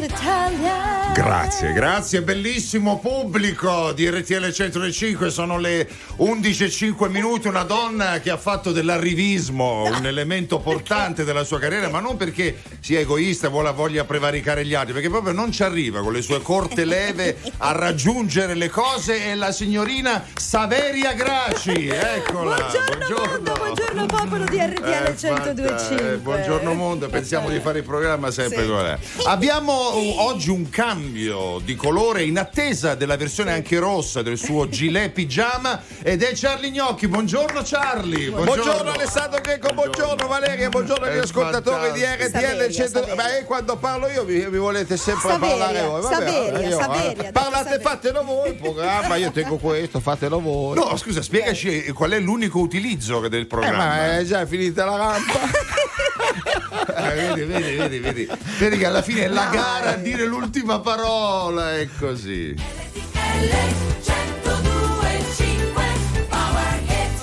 d'Italia. Grazie, grazie, bellissimo pubblico di RTL 105, sono le 11.05 minuti, una donna che ha fatto dell'arrivismo un elemento portante della sua carriera, ma non perché sia egoista, vuole, voglia prevaricare gli altri, perché proprio non ci arriva con le sue corte leve a raggiungere le cose, è la signorina Saveria Graci, eccola. Buongiorno, mondo, buongiorno popolo di RTL Eh, fatta, 102.5. eh, buongiorno mondo, pensiamo di fare il programma sempre con lei. Abbiamo uh, oggi un cambio di colore in attesa della versione anche rossa del suo gilet pigiama ed è Charlie Gnocchi. Buongiorno Charlie. Buongiorno, Alessandro Greco, buongiorno, Valeria, buongiorno agli È ascoltatori di Saveria, RTL 100. Saveria. eh, Beh, quando parlo io eh. vi, vi volete sempre Saveria, parlare voi. Saveria, io, Saveria, eh, detto parlate, Saveria. fatelo voi il programma, io tengo questo, fatelo voi. No, scusa, spiegaci eh, qual è l'unico utilizzo che- del Eh, programma. ma è già finita la rampa. Eh, vedi, vedi, vedi, vedi. Vedi che alla fine è la gara a dire l'ultima parola, è così.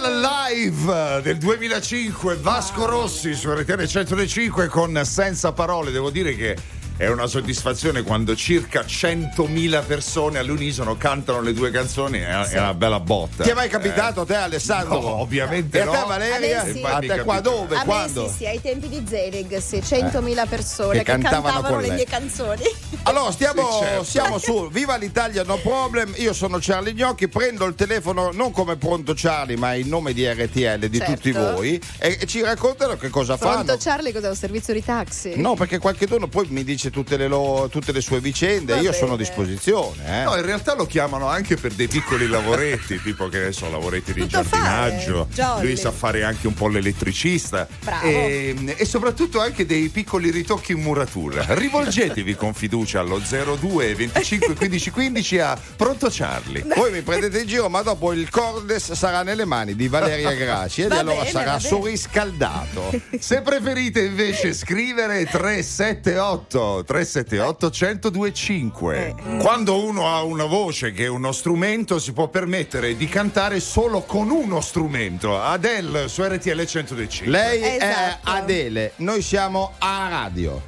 Live del 2005 Vasco Rossi su RTL 105 con Senza Parole, devo dire che è una soddisfazione quando circa 100.000 persone all'unisono cantano le due canzoni, è è una bella botta. Eh. Ti è mai capitato a te Alessandro? No, ovviamente E a te no. Eh, Valeria? A me sì. A te qua dove? Eh, A me Quando? Eh, sì, sì, ai tempi di Zelig, sì, 100.000 persone Che che, cantavano cantavano, con le lei. mie canzoni. Allora, stiamo, Sì, certo. siamo su Viva l'Italia No Problem. Io sono Charlie Gnocchi. Prendo il telefono non come pronto Charlie, ma in nome di RTL di Certo. tutti voi. E e ci raccontano che cosa Pronto fanno. Charlie, cos'è un servizio di taxi? No, perché qualche giorno poi mi dice tutte le, lo- tutte le sue vicende. Va Io bene. sono a disposizione. eh. No, in realtà lo chiamano anche per dei piccoli lavoretti, tipo che ne so, lavoretti di Tutto giardinaggio. fare, jolly. Lui sa fare anche un po' l'elettricista. Ehm, Bravo. E, e soprattutto anche dei piccoli ritocchi in muratura. Rivolgetevi con fiducia allo 02 25 15 15 a Pronto Charlie. Voi mi prendete in giro, ma dopo il cordes sarà nelle mani di Valeria Graci. E Va allora bene, sarà va bene. surriscaldato. Se preferite invece scrivere 378 378 1025. Quando uno ha una voce che è uno strumento si può permettere di cantare solo con uno strumento. Adele su RTL 105. Lei Esatto. è Adele, noi siamo a radio.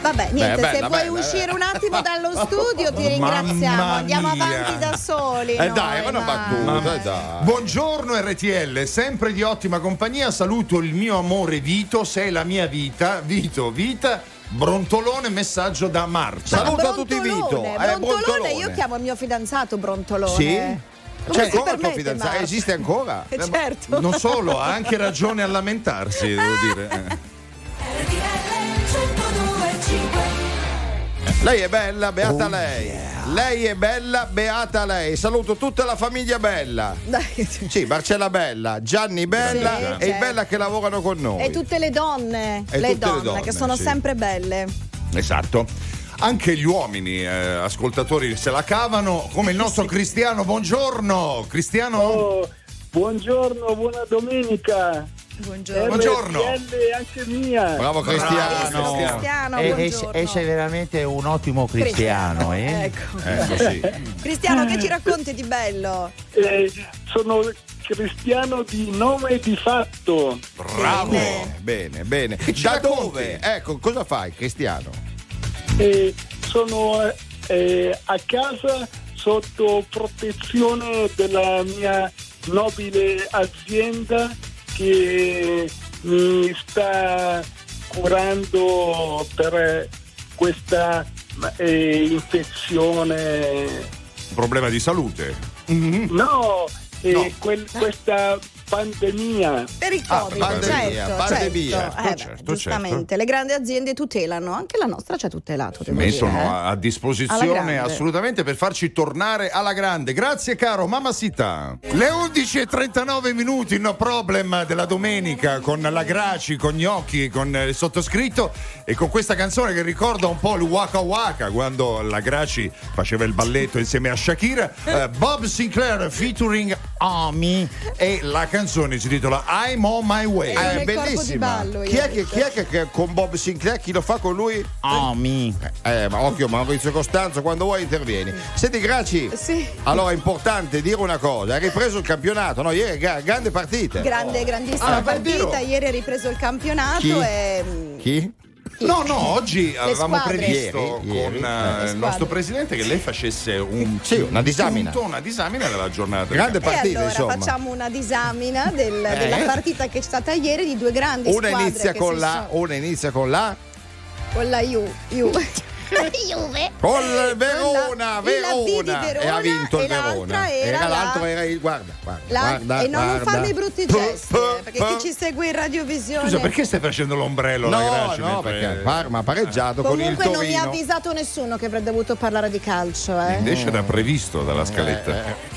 Vabbè, niente, bella, se vuoi bella, uscire bella. un attimo dallo studio ti Mamma ringraziamo, andiamo mia. avanti da soli. Eh noi, dai, era una ma- battuta, dai. Buongiorno RTL, sempre di ottima compagnia, saluto il mio amore Vito, sei la mia vita, Vito, vita, brontolone, messaggio da Marcia. Saluto a Brontolone, tutti Vito. Eh, Brontolone, Brontolone. io chiamo il mio fidanzato Brontolone. Sì? Boh, eh. C'è Come si ancora il tuo permette, fidanzato? Marco? Esiste ancora? Eh, certo. Non solo, ha anche ragione a lamentarsi, devo dire. Eh. Lei è bella, Oh, beata lei. Lei è bella, beata lei. Saluto tutta la famiglia bella. Dai, Sì, Marcella Bella, Gianni Bella Sì, e i certo. Bella che lavorano con noi. E tutte le donne, E tutte le, le donne donne, che sono sì. sempre belle. Esatto. Anche gli uomini eh, ascoltatori se la cavano, come il nostro Cristiano. Buongiorno, Cristiano. Oh, buongiorno, buona domenica. Buongiorno. Buongiorno. RTL anche mia. Bravo Cristiano. Bravo, Cristiano. Cristiano, E- e- Ah, buongiorno. e sei veramente un ottimo cristiano, eh? Ecco. Eh, così. Cristiano, che ci racconti di bello? Eh, sono cristiano di nome e di fatto. Bravo. Bene. Bene, bene. ci Da racconti? dove? Ecco, cosa fai Cristiano? Eh, sono eh, a casa sotto protezione della mia nobile azienda che mi sta curando per questa eh, infezione Un problema di salute. No, eh, No. quel- questa pandemia. Per il Ah, Covid, pandemia, certo, pandemia. certo. Eh, beh, certo, giustamente, certo. le grandi aziende tutelano, anche la nostra ci ha tutelato. devo dire, Mettono eh. a, a Alla disposizione grande. assolutamente per farci tornare alla grande. Grazie caro Mamma Sita. Le 11.39 minuti, no problem della domenica con la Graci, con Gnocchi, con eh, il sottoscritto e con questa canzone che ricorda un po' il Waka Waka quando la Graci faceva il balletto insieme a Shakira. Eh, Bob Sinclair featuring Ami e la canzone si intitola I'm on my way. Eh, Ah, nel corpo di ballo, chi, è che, Iris. chi è che- che con Bob Sinclair chi lo fa con lui? Ami. Eh, ma occhio Maurizio Costanzo, quando vuoi intervieni. Senti Graci, Sì. allora è importante dire una cosa, hai ripreso il campionato, no? Ieri gra- grande partita. Grande, grandissima Ah, davvero? partita. Ieri ha ripreso il campionato Chi? e. mm, Chi? No, no, oggi avevamo squadre. previsto Ieri, ieri. con eh, Le il squadre. nostro presidente che lei facesse un, Sì, una disamina. punto, una disamina della giornata. Grande E partita, allora insomma. facciamo una disamina del- Eh. della partita che c'è stata ieri di due grandi Una squadre inizia che con si la, sono- una inizia con la, con la Ju- Juve. Juve. col Con Verona, la- Verona, Eh, il Verona e ha vinto e il l'altra Verona. Eh, era la- l'altro era il guarda, guarda, La- guarda, e no, non guarda. farmi brutti Puh, gesti, puh, eh, perché puh. chi ci segue in radiovisione. Scusa, perché stai facendo l'ombrello alla No, Graci no, mentre- perché il Parma ha pareggiato Comunque con il non mi Torino. ha avvisato nessuno che avrei dovuto parlare di calcio, eh. Invece era previsto dalla Eh, scaletta.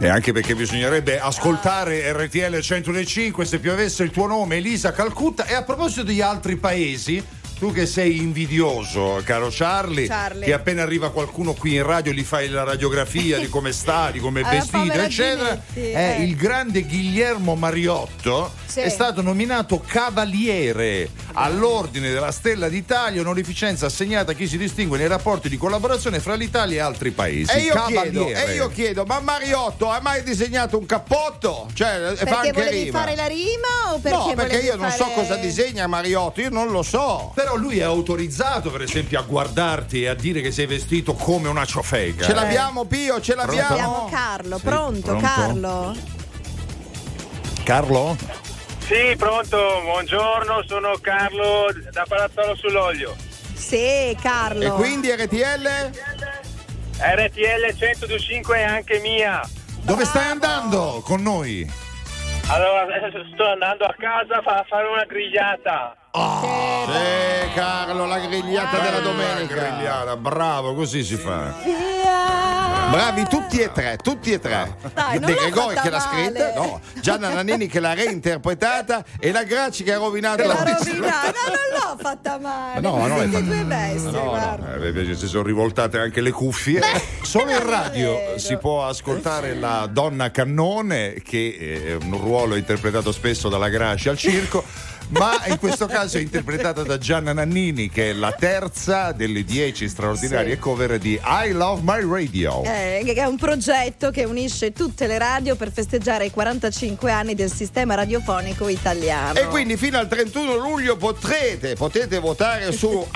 E anche perché bisognerebbe ascoltare RTL 105 se piovesse il tuo nome Elisa Calcutta. E a proposito di altri paesi, tu che sei invidioso, caro Charlie, Charlie. che appena arriva qualcuno qui in radio gli fai la radiografia di come sta, di come è Alla vestito, povera eccetera. Ginetti, Eh, eh. Il grande Guillermo Mariotto Sì. è stato nominato cavaliere all'ordine della Stella d'Italia, un'onorificenza assegnata a chi si distingue nei rapporti di collaborazione fra l'Italia e altri paesi. E io, chiedo, Cavaliere. e io chiedo, ma Mariotto ha mai disegnato un cappotto? Cioè, fa Perché anche volevi rima. fare la rima o perché no, perché volevi io non so fare- cosa disegna Mariotto, io non lo so. Però lui è autorizzato, per esempio, a guardarti e a dire che sei vestito come una ciofeca. Ce l'abbiamo Pio, ce l'abbiamo. Abbiamo Carlo, Sì, pronto, pronto? Carlo? Eh. Carlo? Sì, pronto, buongiorno, sono Carlo da Palazzolo sull'Olio. Sì, Carlo. E quindi RTL? RTL 125 è anche mia. Dove stai andando con noi? Allora, adesso sto andando a casa fa- a fare una grigliata. Sì, Carlo, la grigliata della domenica. Grigliara, bravo, così si fa. Bravi tutti e tre, tutti e tre. Dai, non De l'ho Gregori fatta che l'ha male. scritta, no. Gianna Nannini che l'ha reinterpretata e la Graci che ha rovinato La la rovinata, non l'ho fatta male. No, ma non l'hai Siete fatta- due bestie, guarda. Eh, invece si sono rivoltate anche le cuffie. Solo in radio vero. si può ascoltare la donna cannone, che eh, è un ruolo interpretato spesso dalla Gracia al circo. Ma in questo caso è interpretata da Gianna Nannini, che è la terza delle dieci straordinarie Sì. cover di I Love My Radio. Eh, che è un progetto che unisce tutte le radio per festeggiare i 45 anni del sistema radiofonico italiano. E quindi fino al 31 luglio potrete, potete votare su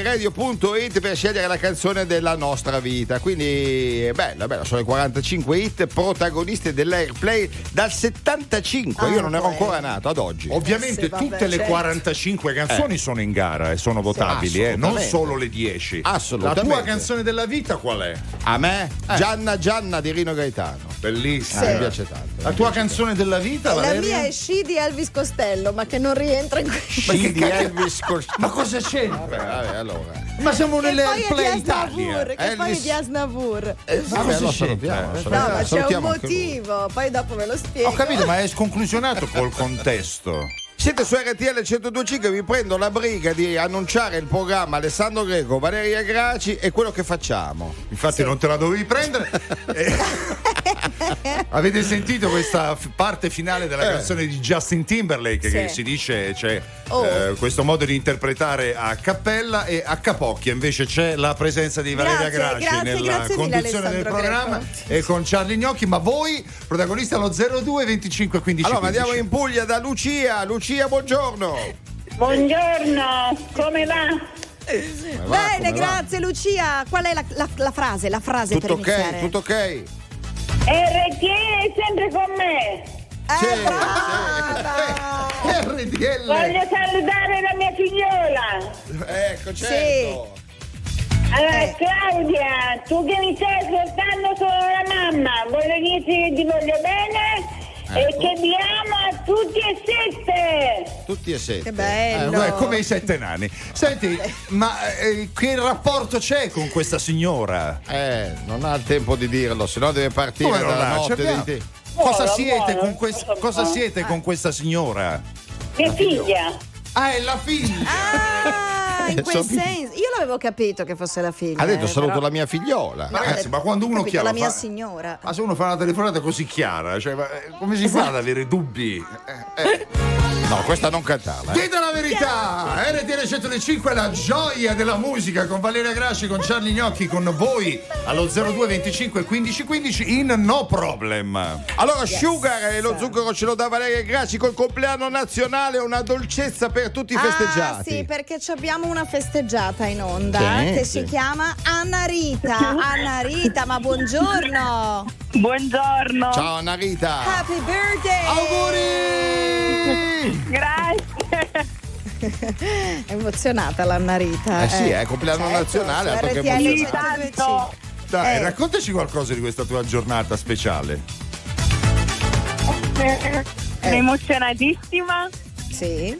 ilovemyradio.it per scegliere la canzone della nostra vita. Quindi è bella, bella, sono le 45 hit protagoniste dell'airplay dal 75. Ah, Io non ero poi. ancora nato ad oggi. Ovviamente sì, vabbè, tutte le certo. Eh. 45 canzoni sono in gara e sono votabili, eh, non assolutamente. solo le 10. Assolutamente. La tua canzone della vita qual è? A me? Gianna Gianna di Rino Gaetano. Ah, Bellissima. Eh. Sì. Mi piace tanto. La tua canzone della vita, la Valeria? mia è Sci di Elvis Costello, ma che non rientra in questo. Sì, di Elvis Costello. Ma cosa c'entra? Vabbè, allora. Ma siamo Che nelle poi è di Play Asnavour, Italia. che poi è Elvis- di Asnavour. Ma cosa c'entra? salutiamo, No, No, salutiamo, ma c'è un salutiamo anche lui. motivo, poi dopo ve lo spiego. Ho capito, ma è sconclusionato col contesto. Siete su RTL 1025, vi prendo la briga di annunciare il programma Alessandro Greco, Valeria Graci e quello che facciamo. Infatti non te la dovevi prendere. Eh, Avete sentito questa f- parte finale della canzone di Justin Timberlake che Eh. Sì. si dice c'è Oh. eh, questo modo di interpretare a cappella e a capocchia invece c'è la presenza di Valeria Grazie, Graci grazie, nella grazie mille, conduzione del Alessandro programma e con Charlie Gnocchi, ma voi protagonisti allo 02 25 15 Allora andiamo 15. in Puglia da Lucia. Lucia, buongiorno. Buongiorno, come va? Come va, Bene, come va? grazie Lucia. Qual è la, la- la frase? La frase Tutto per ok, iniziare. tutto ok. RTL è sempre con me. Eh, Sì, brava! RDL. Voglio Eh. salutare la mia figliola. Ecco, certo. Allora, Eh. Claudia, tu che mi stai ascoltando sono la mamma. Voglio dirti che ti voglio bene Ecco. e che vi amo a tutti e sette. Tutti e sette. Che bello. Eh, come i sette nani. Senti, ma eh, che rapporto c'è con questa signora? Eh, non ha il tempo di dirlo, sennò deve partire Come non dalla l'ha? notte. Ce l'abbiamo. di- Cosa Buono, eh, siete, buono. con, quest- cosa siete con questa signora? Che figlia. Ah, è la figlia! Ah, in quel Sono- senso. Io l'avevo capito che fosse la figlia. Eh, Ha detto eh, saluto però- la mia figliola. Ma ragazzi, ho ma quando uno capito, chiama La mia fa- signora. Ah, Esatto. Ma se uno fa una telefonata così chiara, cioè, ma, eh, come si fa ad avere dubbi? Eh, eh. No, questa non cantava. eh. Dite la verità, RTL 105 è la gioia della musica con Valeria Grasci, con Charlie Gnocchi, con voi allo 02 25 15 15 in No Problem. Allora, Sugar e lo zucchero ce lo dà Valeria Graci col compleanno nazionale, una dolcezza per tutti i Ah, festeggiati. sì, perché ci abbiamo una festeggiata in onda Sì, che sì. si chiama Anna Rita. Anna Rita, ma buongiorno! Buongiorno, Ciao Narita! Happy birthday! Eh, Auguri! grazie. È emozionata l'Anna Rita. Certo, Eh sì, eh, compleanno nazionale, altro che RTL Sì, 102.5. tanto. Dai, Eh. raccontaci qualcosa di questa tua giornata speciale. Eh. Sono emozionatissima Sì.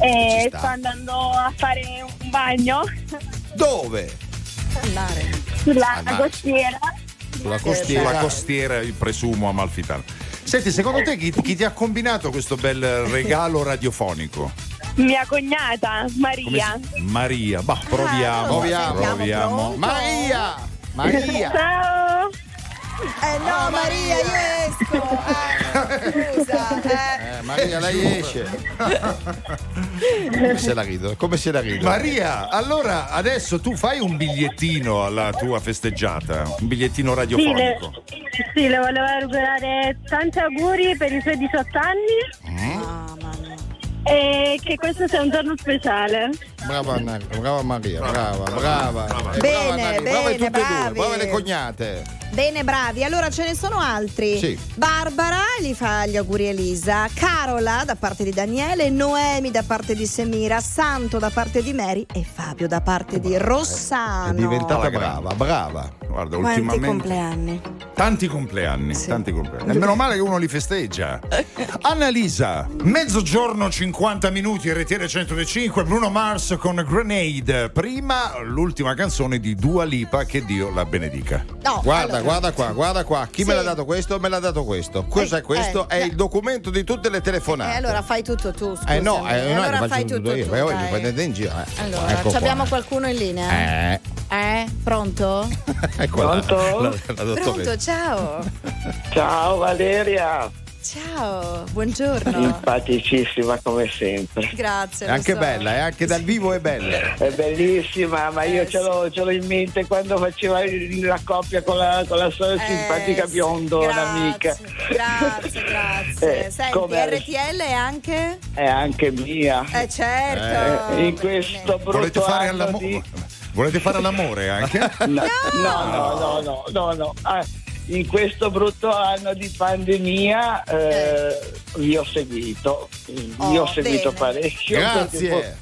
Eh, e Ci sta. sto andando a fare un bagno Dove? Andare. sulla Al mare. costiera. Sulla Sulla costiera. Eh, costiera, il presumo amalfitano. Senti, secondo te chi, chi ti ha combinato questo bel regalo radiofonico? Mia cognata Come Maria. si- Maria, bah, proviamo. Ah, allora, proviamo, sentiamo proviamo. pronto? Maria! Maria! Ciao! Eh no, Maria, io esco. Eh, scusa. eh. Eh, Maria, lei esce. Come se la rido? Come se la rido? Maria, allora adesso tu fai un bigliettino alla tua festeggiata, un bigliettino Sì le, radiofonico. sì, le volevo augurare tanti auguri per i suoi 18 anni Eh? Mamma mia. e che questo sia un giorno speciale. Brava, Anna- brava Maria, brava, brava. Eh, Bene, brava Narita, brave bene, tutte e due, bravi. brave le cognate. Bene, bravi. Allora ce ne sono altri. Sì. Barbara gli fa gli auguri a Elisa, Carola da parte di Daniele, Noemi da parte di Semira, Santo da parte di Mary e Fabio da parte di Rossano. È diventata Alla grande. brava, brava. Guarda, Quanti ultimamente compleanni. tanti compleanni, tanti compleanni. E meno male che uno li festeggia. Annalisa, mezzogiorno 50 minuti RTL 105, Bruno Mars con Grenade. Prima l'ultima canzone di Dua Lipa che Dio la benedica. No, Guarda, allora, guarda qua, guarda qua. Chi me Sì. l'ha dato questo? Me l'ha dato questo. Cos'è Eh, questo? eh, è eh. il documento di tutte le telefonate. Eh, allora fai tutto tu. Scusami. Ah. Eh, no, eh, no, allora faccio fai tutto io. tu. Beh, oggi dai. prendete in giro. eh. Allora, Ecco ci qua. abbiamo qualcuno in linea? Eh, Eh? Pronto? ecco la- Pronto? la- la dottoressa. Pronto, ciao. Ciao Valeria, Ciao, buongiorno. simpaticissima come sempre. Grazie. È anche lo so. bella, è anche dal vivo è bella. È bellissima, ma Eh, io ce l'ho, ce l'ho in mente quando faceva il- la coppia con la, con la sua Eh, simpatica sì, biondona grazie, amica. Grazie, grazie. Eh, Senti, come- RTL è anche? È anche mia. Eh certo. Eh, in questo brutto Volete fare, anno all'amo- di... Volete fare l'amore anche? No, Ah. no, no, no, no, no. Ah, in questo brutto anno di pandemia eh, vi ho seguito, vi Oh, ho seguito bene. parecchio. Grazie. perché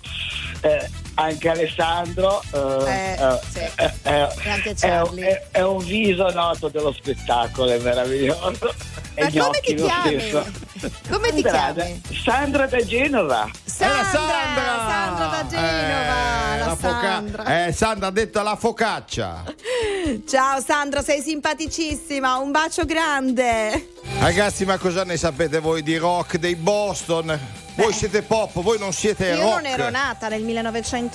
poi, eh, anche Alessandro eh, Eh, eh, sì. eh, eh, E anche è, un- Charlie. è- è un viso noto dello spettacolo, è meraviglioso. E Ma come Gnocchi ti lo chiami? stesso. Come ti Sandra- eh. chiami? Sandra da Genova. Sandra, Era Sandra! Sandra da Genova, Eh, la, foca- Sandra. eh, Sandra ha detto la focaccia. eh. Ciao Sandra, sei simpaticissima, un bacio grande. Ragazzi, ma cosa ne sapete voi di rock, dei Boston? Voi siete pop, voi non siete Io rock. non ero nata nel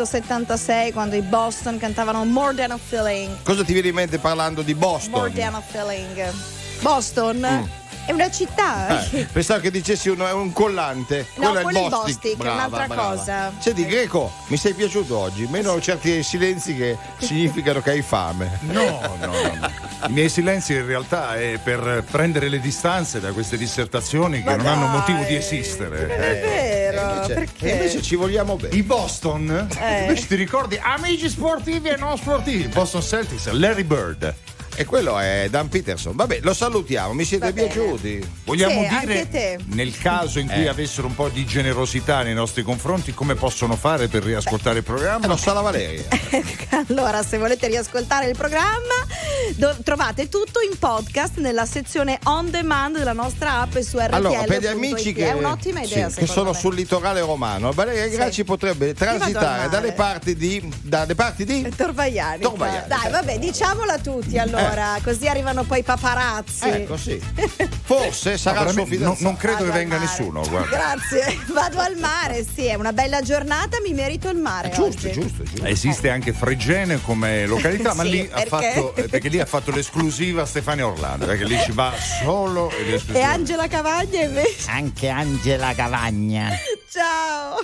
1976 quando i Boston cantavano More Than a Feeling. Cosa ti viene in mente parlando di More Boston? Mm. Than a Feeling. Boston è una città. Eh, pensavo che dicessi un, un collante. No, quello è quello è il il Bostic. Bostic, Brava, un'altra brava. cosa. Senti, Greco, mi sei piaciuto oggi. Meno certi silenzi che significano che hai fame. No, no, no. no. I miei silenzi in realtà è per prendere le distanze da queste dissertazioni che Ma non hanno dai. motivo di Non esistere. è vero, Eh, E invece, Eh, perché? e invece ci vogliamo bene. I Boston, Eh. invece ti ricordi amici sportivi e non sportivi, Boston Celtics, Larry Bird. E quello è Dan Peterson. Vabbè, lo salutiamo, mi siete Va bene. piaciuti. Vogliamo Sì, anche dire, te. nel caso in cui Eh. avessero un po' di generosità nei nostri confronti, come possono fare per riascoltare il Eh, programma? lo sa la Valeria. Allora, se volete riascoltare il programma, do- trovate tutto in podcast nella sezione on demand della nostra app e su RTL. Allora, per gli amici che, è un'ottima idea, sì, che secondo sono me. sul litorale romano, Valeria Gracci potrebbe vado transitare al dalle mare. parti di. dalle parti di. Torvaiani. Torvaiani. certo. Eh. Dai, vabbè, diciamola a tutti allora. allora, così arrivano poi i paparazzi. Ecco, sì. Forse sarà il suo Veramente, non, fidanzato. non credo che Vado al venga mare. nessuno. Guarda. Grazie, vado al mare, sì, è una bella giornata, mi merito il mare. Giusto, oggi. giusto, giusto. Esiste anche Fregene come località, ma Sì, lì ha perché? fatto, eh, perché lì ha fatto l'esclusiva Stefania Orlando, perché lì ci va solo E l'esclusiva. Angela Cavagna invece. Anche Angela Cavagna. Ciao!